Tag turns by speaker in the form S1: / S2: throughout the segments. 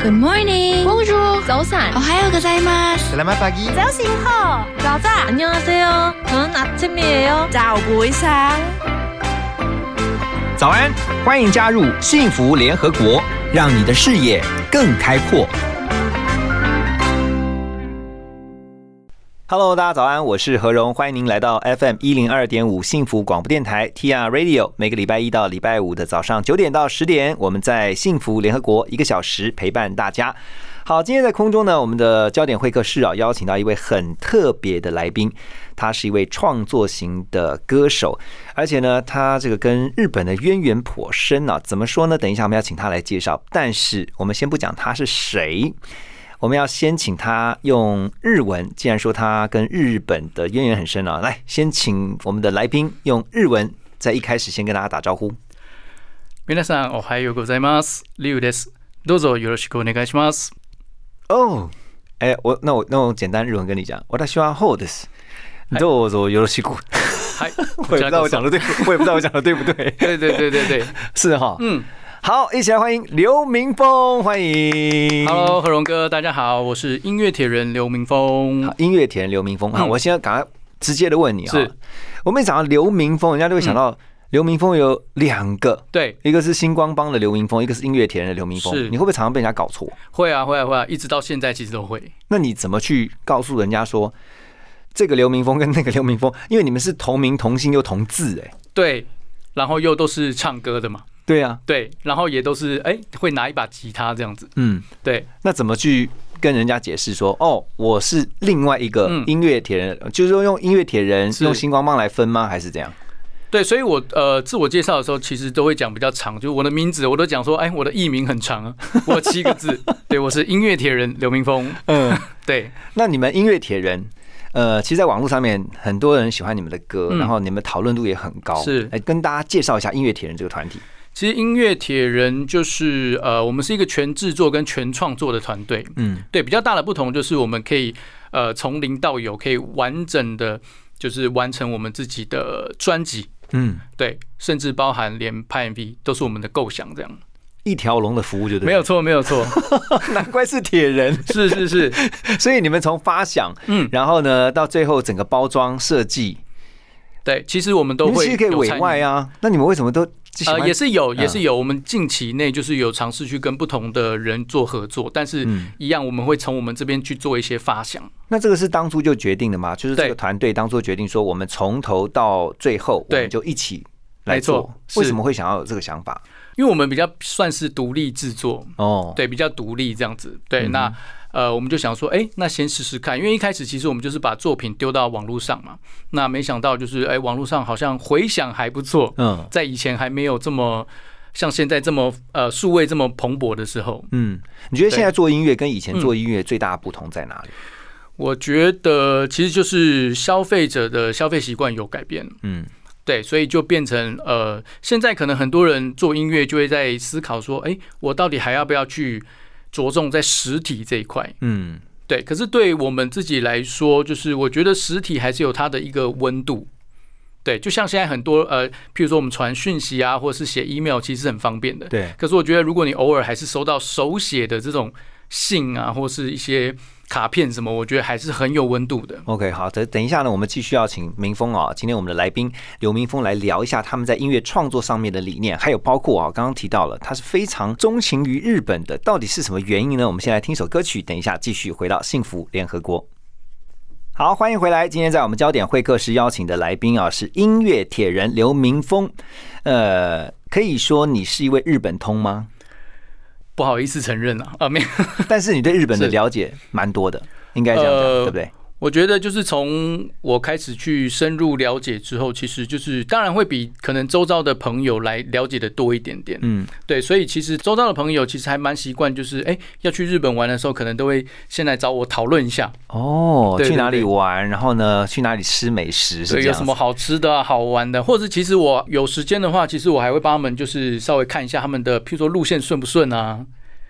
S1: Good morning，
S2: 公主，
S1: 早散
S2: お。はようございます。
S3: Selamat pagi.
S2: 안녕하세요. 여자.
S1: 안녕하세요. 저는 아침이에요.
S2: 자, 보이상.
S3: 早安，欢迎加入幸福联合国，让你的视野更开阔。Hello，大家早安，我是何荣，欢迎您来到 FM 一零二点五幸福广播电台 TR Radio。每个礼拜一到礼拜五的早上九点到十点，我们在幸福联合国一个小时陪伴大家。好，今天在空中呢，我们的焦点会客室啊，邀请到一位很特别的来宾，他是一位创作型的歌手，而且呢，他这个跟日本的渊源颇深啊。怎么说呢？等一下我们要请他来介绍，但是我们先不讲他是谁，我们要先请他用日文。既然说他跟日本的渊源很深啊，来，先请我们的来宾用日文在一开始先跟大家打招呼。
S4: 皆さんおはようございます。リュウです。どうぞよろしくお願いします。
S3: 哦，哎，我那我那我简单日文跟你啊讲，我的希望 hold 是，どうぞよろし く。
S4: はい。
S3: 我也不知道我 讲
S4: こ
S3: 的对不，我也不知道我讲的对不
S4: ちらこ
S3: 对，
S4: そ。对对对对对。
S3: 是哈。
S4: 嗯
S3: 好，一起来欢迎刘明峰，欢迎。
S4: ，Hello，何荣哥，大家好，我是音乐铁人刘明峰
S3: 好。音乐田刘明峰啊，
S4: 嗯
S3: 我现在赶快直接的问你啊
S4: 是，嗯
S3: 我们一讲到刘明峰，人家就会想到刘明峰有两个，
S4: 对，
S3: 一个是星光帮的刘明峰，一个是音乐田的刘明峰，
S4: 是
S3: 你会不会常常被人家搞错？
S4: 会啊会啊会啊，一直到现在其实都会。
S3: 那你怎么去告诉人家说？这个刘明峰跟那个刘明峰，因为你们是同名同姓又同字，哎，
S4: 对，然后又都是唱歌的嘛，
S3: 对啊，
S4: 对，然后也都是哎、会拿一把吉他这样子。
S3: 嗯，
S4: 对，
S3: 那怎么去跟人家解释说，哦，我是另外一个
S4: 嗯
S3: 音乐铁人，就是说用音乐铁人
S4: 是
S3: 用星光帮来分吗？还是怎样？
S4: 对，所以我呃自我介绍的时候，其实都会讲比较长，就我的名字，我都讲说，哎，我的艺名很长啊，我有七个 字，对，我是音乐铁人刘明峰，
S3: 嗯，
S4: 对，
S3: 那你们音乐铁人，呃，其实，在网络上面很多人喜欢你们的歌，
S4: 嗯
S3: 然后你们讨论度也很高。
S4: 是
S3: 来跟大家介绍一下音乐铁人这个团体。
S4: 其实音乐铁人就是呃，我们是一个全制作跟全创作的团队。
S3: 嗯，
S4: 对，比较大的不同就是我们可以呃从零到有，可以完整的就是完成我们自己的专辑。
S3: 嗯，
S4: 对，甚至包含连拍 MV 都是我们的构想，这样
S3: 一条龙的服务就对。
S4: 没，有错，没有错，
S3: 难怪是铁人。
S4: 是是是，
S3: 所以你们从发想，
S4: 嗯，
S3: 然后呢，到最后整个包装设计，
S4: 对，其实我们
S3: 你
S4: 都
S3: 们
S4: 会
S3: 其实可以
S4: 有参
S3: 委
S4: 与
S3: 外啊。那你们为什么都喜欢
S4: 呃，也是有，
S3: 嗯
S4: 也是有。我们近期内就是有尝试去跟不同的人做合作，但是
S3: 嗯
S4: 一样，我们会从我们这边去做一些发想。
S3: 那这个是当初就决定的吗？就是这个
S4: 对
S3: 团队当初决定说，我们从头到最后，我
S4: 对
S3: 们就一起来
S4: 没错
S3: 做。为
S4: 是
S3: 什么会想要有这个想法？
S4: 因为我们比较算是独立制作，
S3: 哦，
S4: 对，比较独立这样子。对，
S3: 嗯
S4: 那呃，我们就想说，哎、那先试试看，因为一开始其实我们就是把作品丢到网络上嘛，那没想到就是，哎、网络上好像回响还不错，
S3: 嗯
S4: 在以前还没有这么像现在这么呃数位这么蓬勃的时候，
S3: 嗯，你觉得现在做音乐跟以前
S4: 嗯
S3: 做音乐最大的不同在哪里？
S4: 我觉得其实就是消费者的消费习惯有改变，
S3: 嗯
S4: 对，所以就变成呃，现在可能很多人做音乐就会在思考说，哎、我到底还要不要去着重在实体这一块？
S3: 嗯，
S4: 对，可是对我们自己来说，就是我觉得实体还是有它的一个温度。对，就像现在很多呃，譬如说我们传讯息啊，或者是写 email，其实很方便的。
S3: 嗯对，
S4: 可是我觉得，如果你偶尔还是收到手写的这种信啊，或是一些卡片什么，我觉得还是很有温度的。
S3: OK，好，等等一下呢，我们继续要请明峰啊、今天我们的来宾刘明峰来聊一下他们在音乐创作上面的理念，还有包括啊、刚刚提到了他是非常钟情于日本的，到底是什么原因呢？我们先来听一首歌曲，等一下继续回到幸福联合国。好，欢迎回来。今天在我们焦点会客室邀请的来宾啊，是音乐铁人刘明峰。呃，可以说你是一位日本通吗？
S4: 不好意思承认啊，啊，没有，
S3: 但是你对日本的
S4: 是
S3: 了解蛮多的，应该这样讲，
S4: 呃
S3: 对不对？
S4: 我觉得就是从我开始去深入了解之后，其实就是当然会比可能周遭的朋友来了解的多一点点。
S3: 嗯，
S4: 对，所以其实周遭的朋友其实还蛮习惯，就是哎、要去日本玩的时候，可能都会先来找我讨论一下，
S3: 哦，
S4: 对
S3: 去哪
S4: 对
S3: 里
S4: 对
S3: 玩，然后呢，去哪里吃美食是
S4: 对，
S3: 这
S4: 有
S3: 样子
S4: 什么好吃的、啊、好玩的，或者其实我有时间的话，其实我还会帮他们就是稍微看一下他们的，譬如说路线顺不顺啊，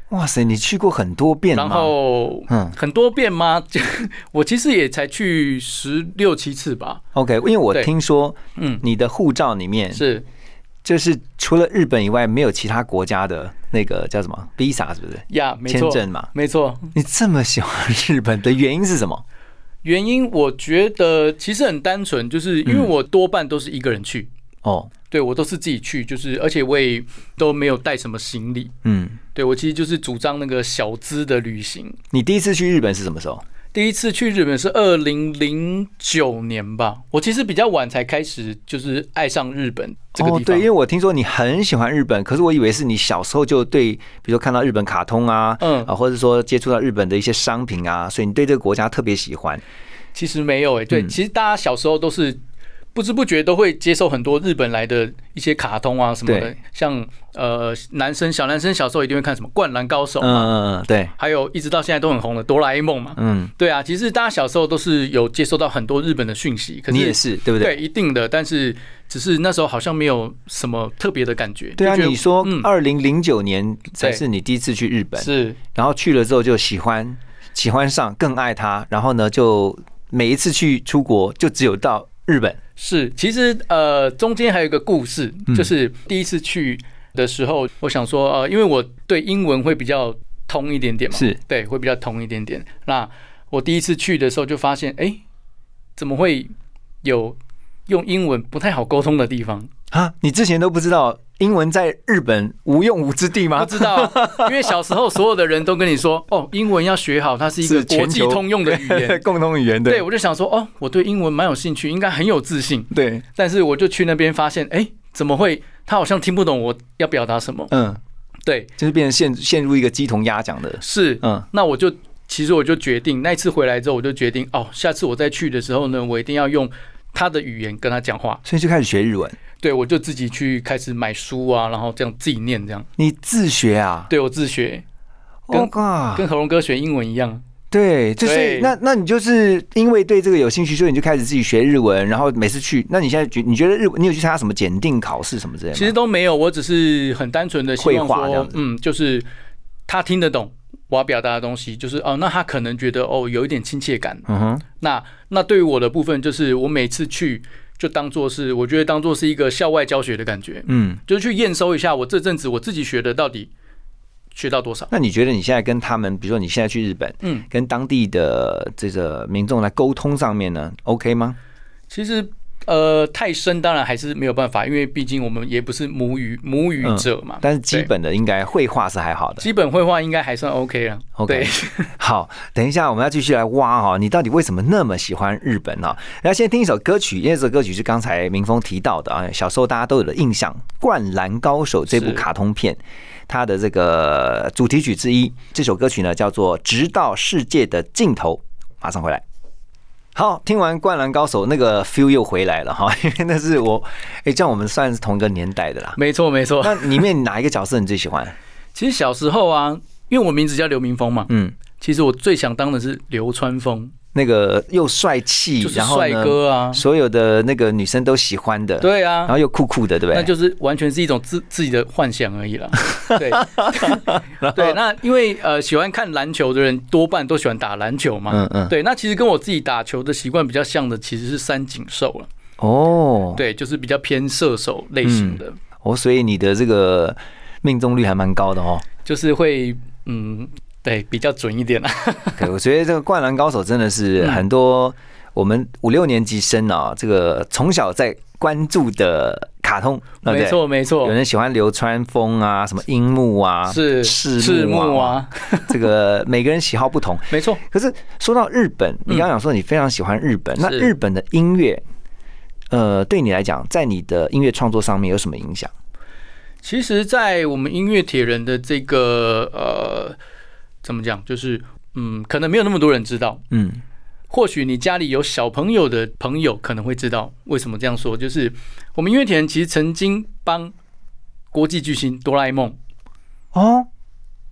S3: 哇塞，你去过很多遍吗？
S4: 然后
S3: 嗯
S4: 很多遍吗？ 就我其实也才去十六七次吧。
S3: ，OK，因为我
S4: 对
S3: 听说
S4: 嗯，
S3: 你的护照里面
S4: 是
S3: 就是除了日本以外，没有其他国家的那个叫什么 visa 是不是？
S4: 呀，没
S3: 签
S4: 错，
S3: 证嘛。
S4: 没错。
S3: 你这么喜欢日本的原因是什么？
S4: 原因我觉得其实很单纯，就是因为
S3: 嗯
S4: 我多半都是一个人去，
S3: 哦，
S4: 对我都是自己去，就是而且我也都没有带什么行李。
S3: 嗯，
S4: 对我其实就是主张那个小资的旅行。
S3: 你第一次去日本是什么时候？
S4: 第一次去日本是二零零九年吧，我其实比较晚才开始就是爱上日本这个地
S3: 哦，对，因
S4: 方。
S3: 为我听说你很喜欢日本，可是我以为是你小时候就对，比如说看到日本卡通啊，
S4: 嗯
S3: 啊，或者说接触到日本的一些商品啊，所以你对这个国家特别喜欢。
S4: 其实没有诶、欸对，
S3: 嗯
S4: 其实大家小时候都是不知不觉都会接受很多日本来的一些卡通啊什么的
S3: 对，
S4: 像呃男生小男生小时候一定会看什么《灌篮高手》
S3: 嗯
S4: 嘛，
S3: 嗯嗯，对，
S4: 还有一直到现在都很红的《哆啦 A 梦》嘛。
S3: 嗯，
S4: 对啊，其实大家小时候都是有接收到很多日本的讯息，可
S3: 你也
S4: 是
S3: 是，对不
S4: 对
S3: 对？
S4: 一定的，但是只是那时候好像没有什么特别的感觉。
S3: 对啊，
S4: 就觉得
S3: 你说
S4: 嗯
S3: 二零零九年才
S4: 对
S3: 是你第一次去日本，
S4: 是
S3: 然后去了之后就喜欢，喜欢上，更爱它，然后呢，就每一次去出国就只有到日本。
S4: 是，其实呃，中间还有一个故事
S3: 嗯，
S4: 就是第一次去的时候，我想说呃，因为我对英文会比较通一点点嘛，
S3: 是
S4: 对，会比较通一点点。那我第一次去的时候就发现，哎、怎么会有用英文不太好沟通的地方？
S3: 啊，你之前都不知道英文在日本无用武之地吗
S4: 不？知道 啊，因为小时候所有的人都跟你说，哦，英文要学好，它是一个
S3: 是全
S4: 国际
S3: 球
S4: 通用的语言。
S3: 共同语言
S4: 对，
S3: 对
S4: 我就想说，哦，我对英文蛮有兴趣，应该很有自信。
S3: 对，
S4: 但是我就去那边发现，哎、怎么会？他好像听不懂我要表达什么。
S3: 嗯，
S4: 对，
S3: 就是变成陷陷入一个鸡同鸭讲的，
S4: 是，
S3: 嗯，
S4: 那我就其实我就决定，那一次回来之后，我就决定，哦，下次我再去的时候呢，我一定要用他的语言跟他讲话。
S3: 所以就开始学日文。
S4: 对，我就自己去开始买书啊，然后这样自己念，这样。
S3: 你自学啊？
S4: 对我自学，跟
S3: 哦嘎，
S4: 跟何龙哥学英文一样。
S3: 对，就是
S4: 对
S3: 那那你就是因为对这个有兴趣，所以你就开始自己学日文，然后每次去，那你现在觉你觉得日文，你有去参加什么检定考试什么之类的吗？
S4: 其实都没有，我只是很单纯的希望
S3: 绘画这样
S4: 说
S3: 子，
S4: 嗯，就是他听得懂我要表达的东西，就是哦，那他可能觉得哦有一点亲切感。
S3: 嗯哼，
S4: 那那对于我的部分，就是我每次去就当做是，我觉得当做是一个校外教学的感觉，
S3: 嗯，
S4: 就是去验收一下我这阵子我自己学的到底学到多少。
S3: 那你觉得你现在跟他们，比如说你现在去日本，
S4: 嗯，
S3: 跟当地的这个民众来沟通上面呢，OK 吗？
S4: 其实呃太深当然还是没有办法，因为毕竟我们也不是母语母语者嘛，
S3: 嗯但是基
S4: 对
S3: 本的应该绘画是还好的。
S4: 基本绘画应该还算 OK 了。
S3: OK
S4: 对，
S3: 好，等一下我们要继续来挖哈、你到底为什么那么喜欢日本呢、然后先听一首歌曲，因为这首歌曲是刚才明峰提到的啊，小时候大家都有的印象，《灌篮高手》这部
S4: 是
S3: 卡通片，它的这个主题曲之一，这首歌曲呢叫做《直到世界的尽头》，马上回来。好，听完《灌篮高手》那个 feel 又回来了哈， 因为那是我，哎、这样我们算是同一个年代的啦。
S4: 没错没错。
S3: 那里面哪一个角色你最喜欢？
S4: 其实小时候啊，因为我名字叫刘明峰嘛，
S3: 嗯，
S4: 其实我最想当的是流川枫，
S3: 那个又帅气，
S4: 就是
S3: 然后
S4: 帅
S3: 呢
S4: 哥啊，
S3: 所有的那个女生都喜欢的，、
S4: 对
S3: 然
S4: 啊
S3: 后。又酷酷的，对不对？
S4: 那就是完全是一种自自己的幻想而已 啦。对对，那因为呃喜欢看篮球的人多半都喜欢打篮球嘛。
S3: 嗯嗯，
S4: 对，那其实跟我自己打球的习惯比较像的，其实是三井寿了。
S3: 哦，
S4: 对，就是比较偏射手类型的，
S3: 哦，所以你的这个命中率还蛮高的 哦。
S4: 就是会嗯，对，比较准一点啊啦。
S3: 对，我觉得这个《灌篮高手》真的是
S4: 嗯
S3: 很多我们五六年级生啊，这个从小在关注的卡通，啊对不对
S4: 没。错没错
S3: 有，人喜欢流川枫啊，什么樱木啊，
S4: 是
S3: 赤木
S4: 木
S3: 啊，
S4: 啊，
S3: 这个每个人喜好不同。
S4: 没错。
S3: 可是说到日本，你刚刚讲说你非常喜欢日本，那
S4: 是
S3: 日本的音乐，呃，对你来讲，在你的音乐创作上面有什么影响？
S4: 其实，在我们音乐铁人的这个呃，怎么讲，就是嗯，可能没有那么多人知道。
S3: 嗯，
S4: 或许你家里有小朋友的朋友可能会知道为什么这样说，就是我们音乐铁人其实曾经帮国际巨星哆啦 A 梦
S3: 哦，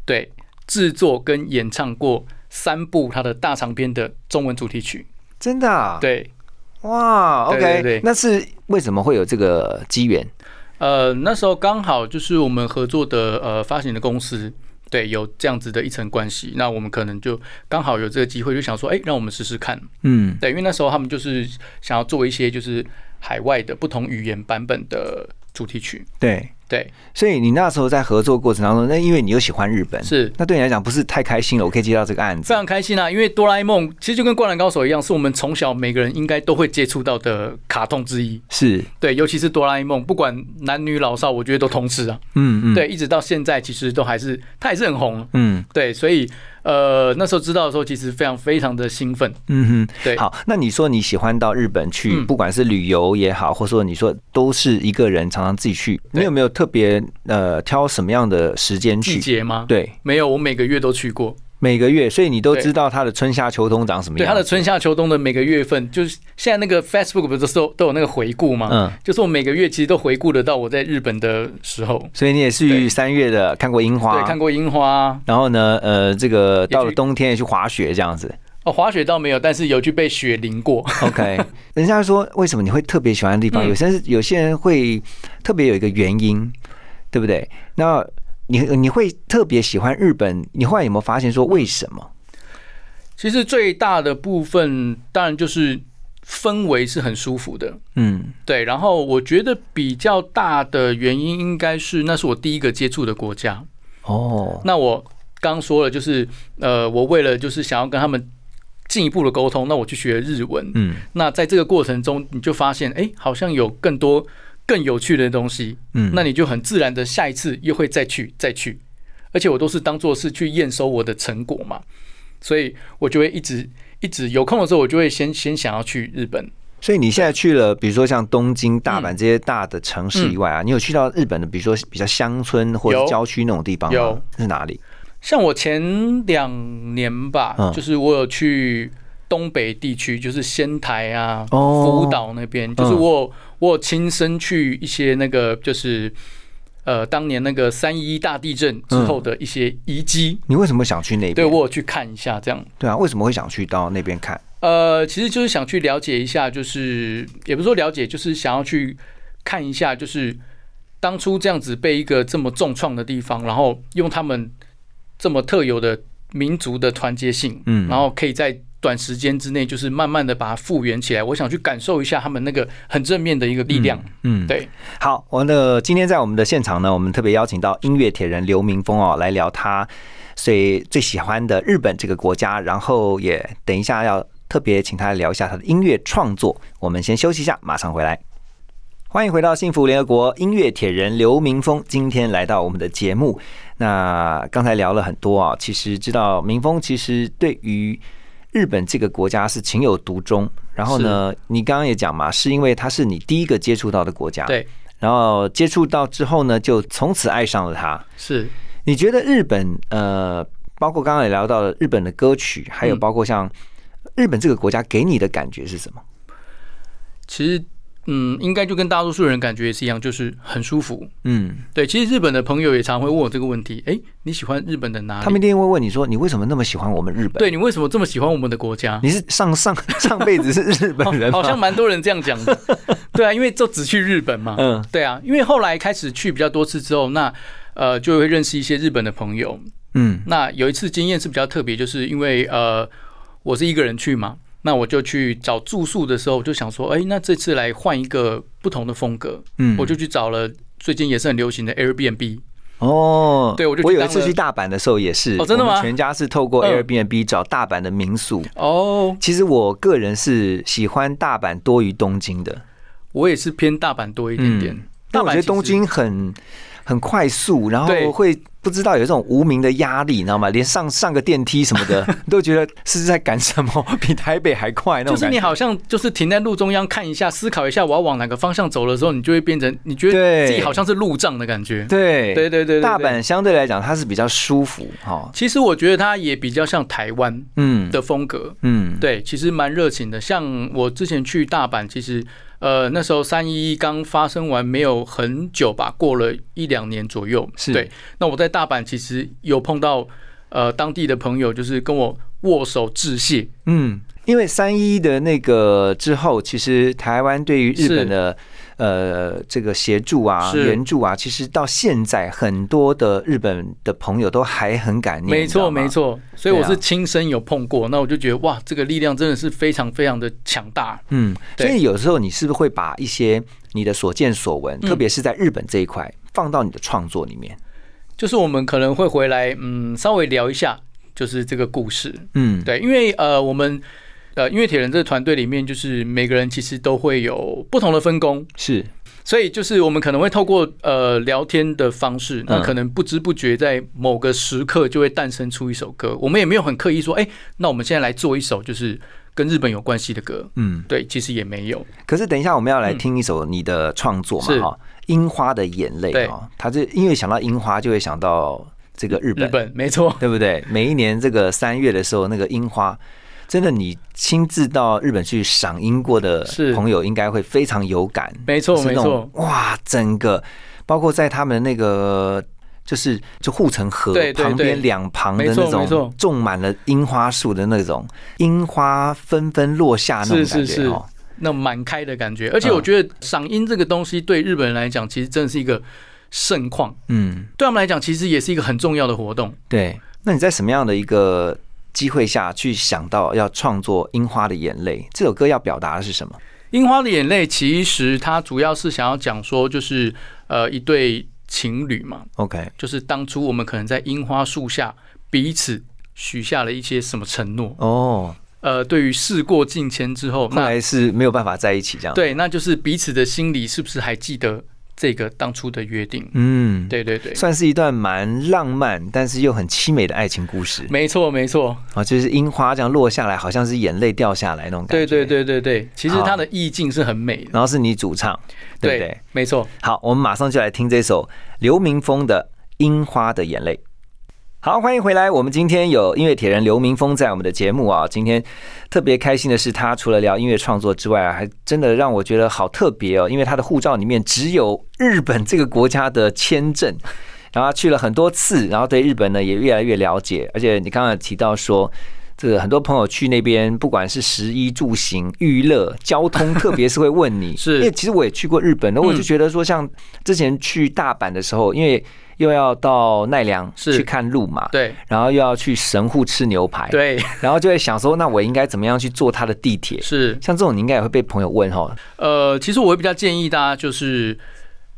S4: 对制作跟演唱过三部他的大长篇的中文主题曲。
S3: 真的、啊？，
S4: 对，
S3: 哇，OK，
S4: 对对对
S3: 那是为什么会有这个机缘？
S4: 呃，那时候刚好就是我们合作的呃发行的公司，对，有这样子的一层关系，那我们可能就刚好有这个机会，就想说，哎、让我们试试看。
S3: 嗯，
S4: 对，因为那时候他们就是想要做一些就是海外的不同语言版本的主题曲。
S3: 对。
S4: 对，
S3: 所以你那时候在合作过程当中，那因为你又喜欢日本，
S4: 是
S3: 那对你来讲不是太开心了？我可以接到这个案
S4: 非
S3: 子，
S4: 常开心啊！因为哆啦 A 梦其实就跟灌篮高手一样，是我们从小每个人应该都会接触到的卡通之一。
S3: 是，
S4: 对，尤其是哆啦 A 梦，不管男女老少，我觉得都通吃啊。
S3: 嗯嗯，
S4: 对，，一直到现在，其实都还是它还是很红。
S3: 嗯
S4: 对，所以呃那时候知道的时候，其实非常非常的兴奋。
S3: 嗯哼，
S4: 对，
S3: 好，那你说你喜欢到日本去，
S4: 嗯
S3: 不管是旅游也好，或者说你说都是一个人常常自己去，你
S4: 对
S3: 有没有特别呃挑什么样的时间
S4: 季
S3: 去？
S4: 节吗？，
S3: 对，
S4: 没有，我每个月都去过。
S3: 每个月，所以你都
S4: 对
S3: 知道它的春夏秋冬长什么
S4: 对，
S3: 样。
S4: 它的春夏秋冬的每个月份，就是现在那个 Facebook 不是都都有那个回顾吗？
S3: 嗯，
S4: 就是我每个月其实都回顾得到我在日本的时候，
S3: 所以你也
S4: 对
S3: 是三月的看过樱花，
S4: 对，看过樱花啊
S3: 然后呢，呃，这个到了
S4: 也去
S3: 冬天也去滑雪这样子。
S4: 哦，滑雪倒没有，但是有去被雪淋过。
S3: OK，人家说为什么你会特别喜欢的地方，
S4: 嗯
S3: 有些人有些人会特别有一个原因，对不对？那你你会特别喜欢日本，你后来有没有发现说为什么？
S4: 其实最大的部分当然就是氛围是很舒服的，
S3: 嗯
S4: 对。然后我觉得比较大的原因应该是那是我第一个接触的国家。
S3: 哦，
S4: 那我刚说了，就是呃，我为了就是想要跟他们进一步的沟通，那我去学日文。
S3: 嗯
S4: 那在这个过程中，你就发现，哎、好像有更多更有趣的东西，
S3: 嗯
S4: 那你就很自然的下一次又会再去再去，而且我都是当做是去验收我的成果嘛，所以我就会一直一直有空的时候，我就会先先想要去日本。
S3: 所以你现在去了，比如说像东京、大
S4: 嗯
S3: 阪这些大的城市以外啊，你有去到日本的，比如说比较乡村或者
S4: 有
S3: 郊区那种地方吗？
S4: 有
S3: 是哪里？
S4: 像我前两年吧，
S3: 嗯
S4: 就是我有去东北地区，就是仙台啊、
S3: 哦
S4: 福岛那边，就是我有我有亲身去一些那个就是。呃，当年那个三一一大地震之
S3: 嗯
S4: 后的一些遗迹，
S3: 你为什么想去那边？
S4: 对我有去看一下，这样。
S3: 对啊，为什么会想去到那边看？
S4: 呃，其实就是想去了解一下，就是也不是说了解，就是想要去看一下，就是当初这样子被一个这么重创的地方，然后用他们这么特有的民族的团结性，
S3: 嗯
S4: 然后可以在短时间之内，就是慢慢的把它复原起来。我想去感受一下他们那个很正面的一个力量。
S3: 嗯，
S4: 对，
S3: 好，我的今天在我们的现场呢，我们特别邀请到音乐铁人刘明峰哦，来聊他最最喜欢的日本这个国家，然后也等一下要特别请他聊一下他的音乐创作。我们先休息一下，马上回来。欢迎回到幸福联合国音乐铁人刘明峰，今天来到我们的节目。那刚才聊了很多啊，其实知道明峰其实对于日本这个国家是情有独钟。然后呢，你刚刚也讲嘛，是因为它是你第一个接触到的国家，
S4: 对，
S3: 然后接触到之后呢，就从此爱上了它。
S4: 是，
S3: 你觉得日本呃，包括刚刚也聊到了日本的歌曲，还有
S4: 嗯
S3: 包括像日本这个国家给你的感觉是什么？
S4: 其实，嗯，应该就跟大多数人感觉也是一样，就是很舒服。
S3: 嗯，
S4: 对，其实日本的朋友也常会问我这个问题，诶，你喜欢日本的哪里？
S3: 他们一定会问你说，你为什么那么喜欢我们日本？
S4: 对，你为什么这么喜欢我们的国家？
S3: 你是上上上辈子是日本人吗
S4: 好像蛮多人这样讲 的，对啊，因为就只去日本嘛，
S3: 嗯
S4: 对啊，因为后来开始去比较多次之后，那呃就会认识一些日本的朋友。
S3: 嗯
S4: 那有一次经验是比较特别，就是因为呃我是一个人去嘛，那我就去找住宿的时候，我就想说，哎、那这次来换一个不同的风格，
S3: 嗯
S4: 我就去找了最近也是很流行的 Airbnb，
S3: 哦，
S4: 对我就去
S3: 我有一
S4: 当
S3: 次
S4: 了
S3: 去大阪的时候也是，
S4: 哦真的吗
S3: 我们全家是透过
S4: 嗯
S3: Airbnb 找大阪的民宿。
S4: 哦，
S3: 其实我个人是喜欢大阪多于东京的，
S4: 我也是偏大阪多一点点，
S3: 嗯
S4: 大
S3: 但
S4: 阪
S3: 我觉
S4: 其
S3: 得
S4: 实
S3: 东京很很快速，然
S4: 对
S3: 后会不知道有一种无名的压力，你知道吗？连上上个电梯什么 的，你都觉得是在赶什么，比台北还快那
S4: 就
S3: 种
S4: 是
S3: 感
S4: 你
S3: 觉。
S4: 好像就是停在路中央看一下，思考一下我要往哪个方向走的时候，你就会变成你觉得
S3: 对
S4: 自己好像是路障的感觉。对
S3: 对
S4: 对对对，
S3: 大
S4: 对
S3: 阪相对来讲它是比较舒服哈、哦，
S4: 其实我觉得它也比较像台湾
S3: 嗯
S4: 的风格，
S3: 嗯，
S4: 对，其实蛮热情的。像我之前去大阪，其实呃那时候三一一刚发生完没有很久吧，过了一两年左右。
S3: 是
S4: 对，那我在大阪其实有碰到呃当地的朋友，就是跟我握手致谢。
S3: 嗯，因为三一的那个之后，其实台湾对于日本的呃这个协助啊、
S4: 是
S3: 援助啊，其实到现在很多的日本的朋友都还很感念。
S4: 没
S3: 你知道
S4: 错，
S3: 吗
S4: 没。错，所以
S3: 对
S4: 我
S3: 啊
S4: 是亲身有碰过，那我就觉得哇，这个力量真的是非常非常的强大。
S3: 嗯，所
S4: 对
S3: 以有时候你是不是会把一些你的所见所闻，
S4: 嗯
S3: 特别是在日本这一块，放到你的创作里面？
S4: 就是我们可能会回来，嗯，稍微聊一下，就是这个故事，
S3: 嗯，
S4: 对，因为呃，我们呃，音乐铁人这个团队里面，就是每个人其实都会有不同的分工，
S3: 是，
S4: 所以就是我们可能会透过呃聊天的方式，那
S3: 嗯
S4: 可能不知不觉在某个时刻就会诞生出一首歌。我们也没有很刻意说，哎、那我们现在来做一首就是跟日本有关系的歌。
S3: 嗯。
S4: 对，其实也没有。
S3: 可是等一下我们要来
S4: 嗯
S3: 听一首你的创作嘛
S4: 是
S3: 哈，《樱花的眼泪》
S4: 对
S3: 哦，它这因为想到樱花就会想到这个日
S4: 日
S3: 本，
S4: 本没错，
S3: 对不对？每一年这个三月的时候，那个樱花，真的你亲自到日本去赏樱过的
S4: 是
S3: 朋友，应该会非常有感。
S4: 没错，
S3: 就是
S4: 没
S3: 那
S4: 错
S3: 种。哇，整个包括在他们那个。就是就护城河
S4: 对对对
S3: 旁边两旁的
S4: 没错
S3: 那
S4: 没
S3: 种
S4: 错
S3: 种满了樱花树的那种樱花纷纷落下那种
S4: 是是
S3: 感觉
S4: 是
S3: 哦，
S4: 那蛮开的感
S3: 啊
S4: 觉，而且我觉得赏樱这个东西对日本人来讲，其实真的是一个盛况，
S3: 嗯，
S4: 对他们来讲，其实也是一个很重要的活动。
S3: 对。那你在什么样的一个机会下去想到要创作《樱花的眼泪》这首歌要表达的是什么？
S4: 《樱花的眼泪》其实它主要是想要讲说，就是呃一对情侣嘛，
S3: OK，
S4: 就是当初我们可能在樱花树下彼此许下了一些什么承诺，
S3: 哦，
S4: 呃，对于事过境迁之后，
S3: 后
S4: 那
S3: 来啊是没有办法在一起这样。，
S4: 对，那就是彼此的心里是不是还记得这个当初的约定？
S3: 嗯，，
S4: 对对对，
S3: 算是一段蛮浪漫，但是又很凄美的爱情故事
S4: 没错没错，
S3: 啊，就是樱花这样落下来，好像是眼泪掉下来那种感
S4: 对
S3: 觉。
S4: 对。对对对，其实
S3: 好
S4: 它的意境是很美的，
S3: 然后是你主唱，对不对？
S4: 对，没错。
S3: 好，我们马上就来听这首刘明峰的《樱花的眼泪》。好，欢迎回来。我们今天有音乐铁人刘明峰在我们的节目啊。今天特别开心的是，他除了聊音乐创作之外啊，还真的让我觉得好特别哦，因为他的护照里面只有日本这个国家的签证。然后他去了很多次，然后对日本呢也越来越了解。而且你刚刚有提到说，这个很多朋友去那边，不管是食衣住行、娱乐、交通，特别是会问你，
S4: 是
S3: 因为其实我也去过日本，然后我就
S4: 嗯
S3: 觉得说，像之前去大阪的时候，因为又要到奈良
S4: 是
S3: 去看鹿嘛，
S4: 对
S3: 然后又要去神户吃牛排，，
S4: 对
S3: 然后就会想说，那我应该怎么样去坐他的地铁？
S4: 是，
S3: 像这种你应该也会被朋友问哦哈，
S4: 呃，其实我会比较建议大家，就是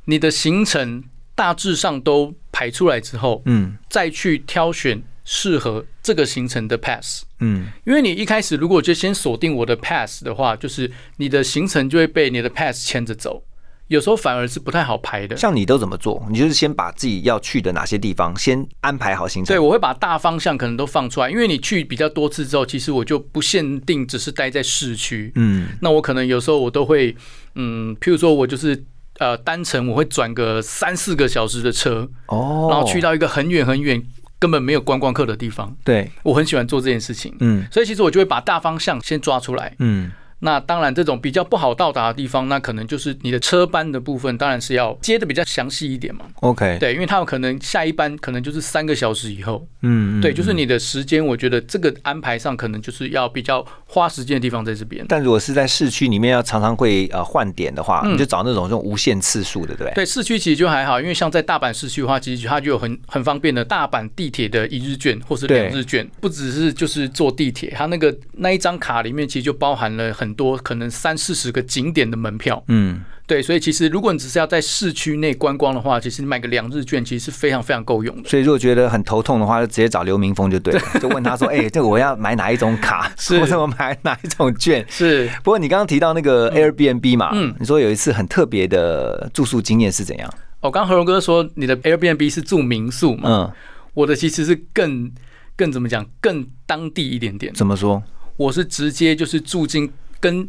S4: 你的行程大致上都排出来之后，
S3: 嗯
S4: 再去挑选适合这个行程的 pass。
S3: 嗯，
S4: 因为你一开始如果就先锁定我的 pass 的话，就是你的行程就会被你的 pass 牵着走，有时候反而是不太好排的。
S3: 像你都怎么做？你就是先把自己要去的哪些地方先安排好行程，
S4: 对，我会把大方向可能都放出来，因为你去比较多次之后，其实我就不限定只是待在市区。
S3: 嗯
S4: 那我可能有时候我都会，嗯，譬如说我就是呃单程我会转个三四个小时的车，
S3: 哦，
S4: 然后去到一个很远很远根本没有观光客的地方，
S3: 对，
S4: 我很喜欢做这件事情。
S3: 嗯
S4: 所以其实我就会把大方向先抓出来。
S3: 嗯
S4: 那当然，这种比较不好到达的地方，那可能就是你的车班的部分，当然是要接的比较详细一点嘛。
S3: ，OK，，
S4: 对，因为他们可能下一班可能就是三个小时以后。
S3: 嗯
S4: 对，就是。你的时间，我觉得这个安排上可能就是要比较花时间的地方在这边。
S3: 但如果是在市区里面，要常常会呃换点的话，
S4: 嗯
S3: 你就找那种这种无限次数的，对不对？
S4: 对，市区其实就还好，因为像在大阪市区的话，其实它就有很很方便的大阪地铁的一日券或是
S3: 对
S4: 两日券，不只是就是坐地铁，它那个那一张卡里面其实就包含了很多可能三四十个景点的门票。
S3: 嗯，
S4: 对，所以其实如果你只是要在市区内观光的话，其实你买个两日券其实是非常非常够用的。
S3: 所以如果觉得很头痛的话，就直接找刘明峰就对了，就问他说：“哎、 这个我要买哪一种卡，
S4: 是
S3: 或者我买哪一种券
S4: 是，？”
S3: 不过你刚刚提到那个 Airbnb 嘛，
S4: 嗯
S3: 你说有一次很特别的住宿经验是怎样？
S4: 哦，刚刚何荣哥说你的 Airbnb 是住民宿嘛？
S3: 嗯，
S4: 我的其实是更更怎么讲，更当地一点点。
S3: 怎么说？
S4: 我是直接就是住进跟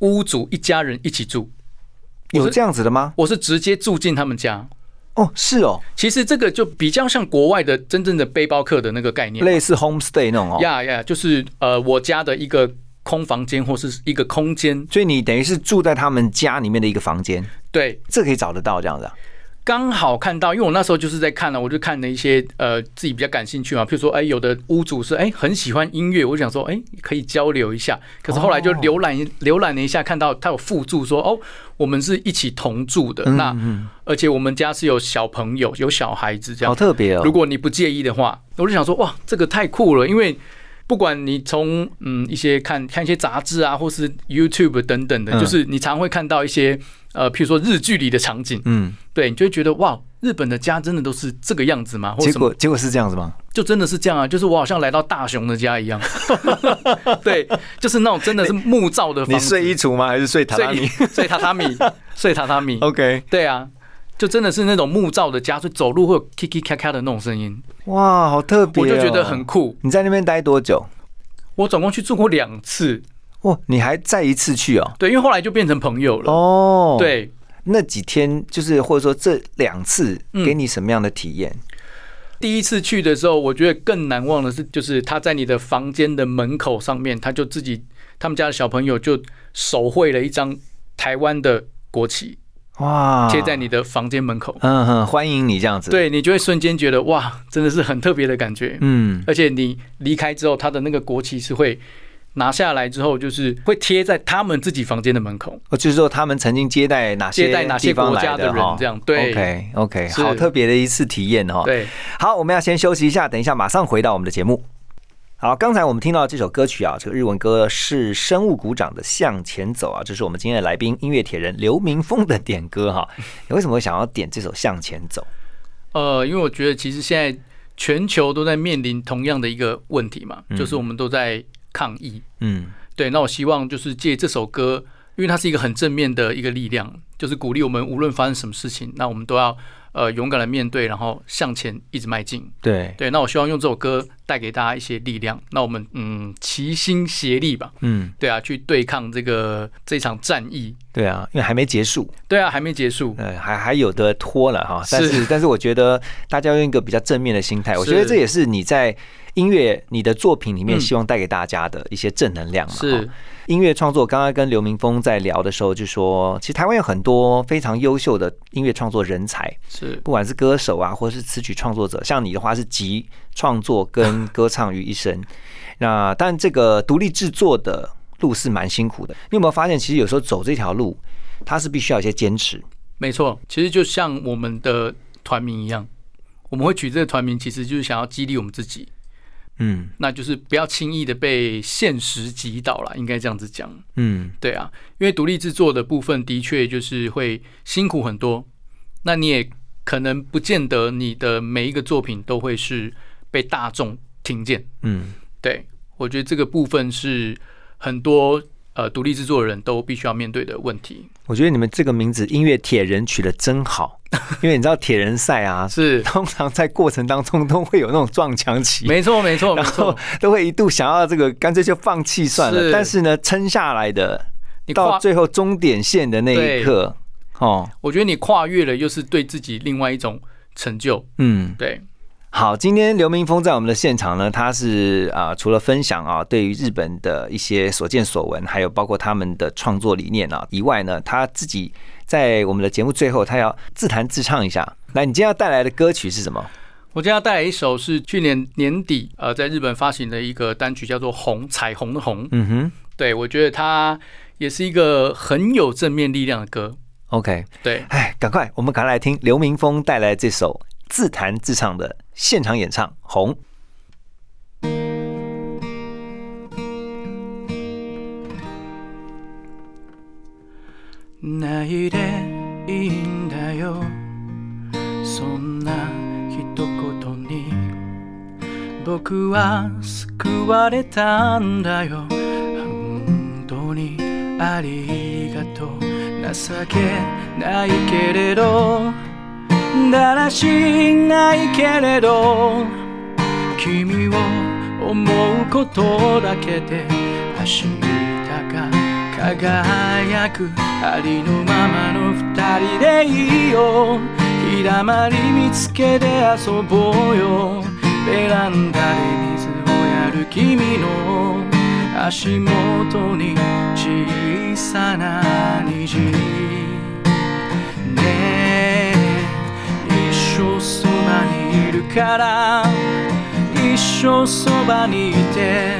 S4: 屋主一家人一起住，我是
S3: 有这样子的吗？
S4: 我是直接住进他们家。
S3: 哦，是哦，
S4: 其实这个就比较像国外的真正的背包客的那个概念，
S3: 类似 homestay 那种哦。
S4: 呀呀，就是呃我家的一个空房间或是一个空间，
S3: 所以你等于是住在他们家里面的一个房间，
S4: 对，
S3: 这可以找得到这样子、啊。
S4: 刚好看到，因为我那时候就是在看了、我就看了一些呃自己比较感兴趣嘛，譬如说，哎，有的屋主是哎很喜欢音乐，我就想说，哎，可以交流一下。可是后来就
S3: 哦
S4: 浏览一浏览了一下，看到他有附注说，哦，我们是一起同住的，那
S3: 嗯
S4: 而且我们家是有小朋友、有小孩子这
S3: 好
S4: 样。
S3: 特别哦。
S4: 如果你不介意的话，我就想说，哇，这个太酷了，因为。不管你从嗯一些看看一些杂志啊，或是 YouTube 等等的，
S3: 嗯
S4: 就是你常会看到一些呃，譬如说日剧里的场景，
S3: 嗯，
S4: 对，你就会觉得哇，日本的家真的都是这个样子吗？或者
S3: 结
S4: 什么
S3: 果结果是这样子吗？
S4: 就真的是这样啊？就是我好像来到大雄的家一 样，对，就是那种真的是木造的
S3: 你
S4: 房子，
S3: 睡衣橱吗？还是睡榻榻米
S4: 睡睡榻榻 米，睡榻榻米，
S3: ？OK，
S4: 对啊，就真的是那种木造的家，所以走路会有 kiki 咔咔的那种声音，
S3: 哇，好特别、
S4: 我
S3: 哦，
S4: 就觉得很。酷。
S3: 你在那边待多久？
S4: 我总共去住过两次，
S3: 哇，你还再一次去哦？
S4: 对，因为后来就变成朋友了。
S3: 哦，，
S4: 对，
S3: 那几天就是或者说这两次
S4: 嗯
S3: 给你什么样的体验？
S4: 第一次去的时候，我觉得更难忘的是，就是他在你的房间的门口上面，他就自己他们家的小朋友就手绘了一张台湾的国旗
S3: 哇，
S4: 贴在你的房间门口，
S3: 嗯哼，欢迎你这样子。，
S4: 对你就会瞬间觉得哇，真的是很特别的感觉。
S3: 嗯，
S4: 而且你离开之后，他的那个国旗是会拿下来之后，就是会贴在他们自己房间的门口，
S3: 哦就是说他们曾经接待哪些
S4: 接待哪些
S3: 地方
S4: 国
S3: 来
S4: 家
S3: 的
S4: 的人这样。对，
S3: OK OK，
S4: 是
S3: 好特别的一次体验哦。
S4: 对，
S3: 好，我们要先休息一下，等一下马上回到我们的节目。好，刚才我们听到这首歌曲啊，这个日文歌是生物鼓掌的《向前走》啊，这是我们今天的来宾音乐铁人刘明峰的点歌哈、 你为什么会想要点这首《向前走
S4: 呃，因为我觉得其实现在全球都在面临同样的一个问题嘛，
S3: 嗯
S4: 就是我们都在抗议。》？
S3: 嗯
S4: 对，那我希望就是借这首歌，因为它是一个很正面的一个力量，就是鼓励我们无论发生什么事情，那我们都要呃勇敢的面对，然后向前一直迈进。
S3: 对，
S4: 对，那我希望用这首歌带给大家一些力量，那我们嗯齐心协力吧，
S3: 嗯，
S4: 对啊，去对抗这个这场战役。
S3: 对啊，因为还没结束，
S4: 对啊，还没结束。
S3: 呃，还还有的拖了哈。但是
S4: 是
S3: 但是我觉得大家用一个比较正面的心态，我觉得
S4: 是
S3: 这也是你在音乐你的作品里面
S4: 嗯
S3: 希望带给大家的一些正能量嘛。哈
S4: 是，
S3: 音乐创作，刚刚跟刘明峰在聊的时候就说，其实台湾有很多非常优秀的音乐创作人才，
S4: 是，
S3: 不管是歌手啊，或是词曲创作者，像你的话是集创作跟歌啊唱于一身。那但这个独立制作的路是蛮辛苦的，你有没有发现，其实有时候走这条路，它是必须要有一些坚持。
S4: 没错。其实就像我们的团名一样，我们会取这个团名，其实就是想要激励我们自己，
S3: 嗯
S4: 那就是不要轻易的被现实击倒了，应该这样子讲。
S3: 嗯，
S4: 对啊，因为独立制作的部分的确就是会辛苦很多，那你也可能不见得你的每一个作品都会是被大众听见。
S3: 嗯，
S4: 对我觉得这个部分是很多呃独立制作人都必须要面对的问题。
S3: 我觉得你们这个名字“音乐铁人”取得真好，因为你知道铁人赛啊，
S4: 是，
S3: 通常在过程当中都会有那种撞墙期。
S4: 没错，没错，没
S3: 然后
S4: 错。
S3: 都会一度想要这个，干脆就放弃算了。
S4: 是
S3: 但是呢，撑下来的，
S4: 你
S3: 到
S4: 跨，
S3: 最后终点线的那一刻，哦，
S4: 我觉得你跨越了，又是对自己另外一种成就。
S3: 嗯，
S4: 对，
S3: 好，今天刘明峰在我们的现场呢，他是啊、除了分享啊对于日本的一些所见所闻，还有包括他们的创作理念啊以外呢，他自己在我们的节目最后，他要自弹自唱一下。来，你今天要带来的歌曲是什么？
S4: 我今天要带来一首是去年年底呃在日本发行的一个单曲，叫做《红》，彩虹的红。
S3: 嗯哼
S4: 对，我觉得它也是一个很有正面力量的歌。
S3: ，OK，
S4: 对，
S3: 哎，赶快，我们赶快来听刘明峰带来这首自弹自唱的现场演唱《红》。
S4: ないでいいんだよそんな一言に僕は救われたんだよ本当にありがとう情けないけれどだらしないけれど君を思うことだけで明日が輝くありのままの二人でいいよ日だまり見つけて遊ぼうよベランダで水をやる君の足元に小さな虹ねえるから一生そばにいて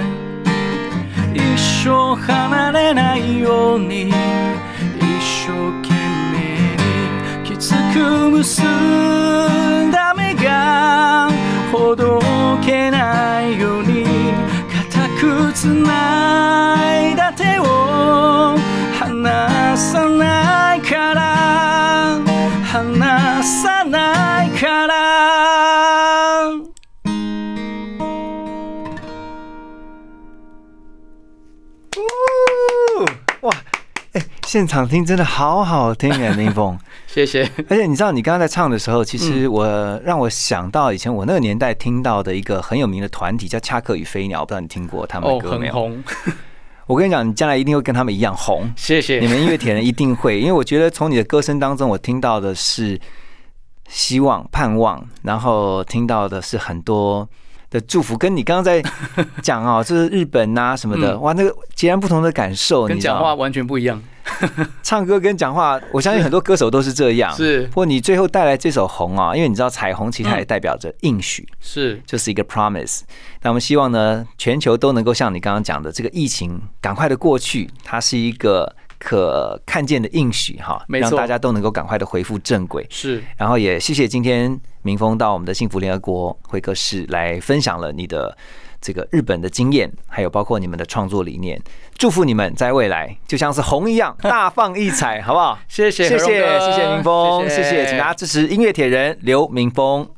S4: 一生離れないように一生懸命にきつく結んだ目がほどけないように固くつないだ手を離さないから離さないから
S3: 哇，哎、现场听真的好好听 啊，林峰。
S4: 谢谢。
S3: 而且你知道，你刚刚在唱的时候，其实我、让我想到以前我那个年代听到的一个很有名的团体叫恰克与飞鸟，不知道你听过他们
S4: 哦，
S3: 的歌
S4: 很
S3: 没有？
S4: 红，
S3: 我跟你讲，你将来一定会跟他们一样红。
S4: 谢谢
S3: 你们音乐铁人一定会，因为我觉得从你的歌声当中，我听到的是希望、盼望，然后听到的是很多的祝福，跟你刚 刚在讲哦，就是日本呐、什么的，
S4: 嗯
S3: 哇，那个截然不同的感受。
S4: 跟
S3: 你知道
S4: 讲
S3: 吗
S4: 话完全不一样，
S3: 唱歌跟讲话，我相信很多歌手都是这样。
S4: 是嗯
S3: 不过你最后带来这首红啊，因为你知道彩虹其实它也代表着应许，
S4: 是
S3: 就是一个 promise。那我们希望呢，全球都能够像你刚刚讲的，这个疫情赶快的过去，它是一个可看见的应许哈，
S4: 没
S3: 让
S4: 错
S3: 大家都能够赶快的恢复正轨。
S4: 是，
S3: 然后也谢谢今天明峰到我们的幸福联合国会客室来分享了你的这个日本的经验，还有包括你们的创作理念。祝福你们在未来就像是红一样大放异彩，好不好？
S4: 谢谢
S3: 谢
S4: 何荣
S3: 谢
S4: 哥
S3: 谢谢明峰，谢谢，请大家支持音乐铁人刘明峰。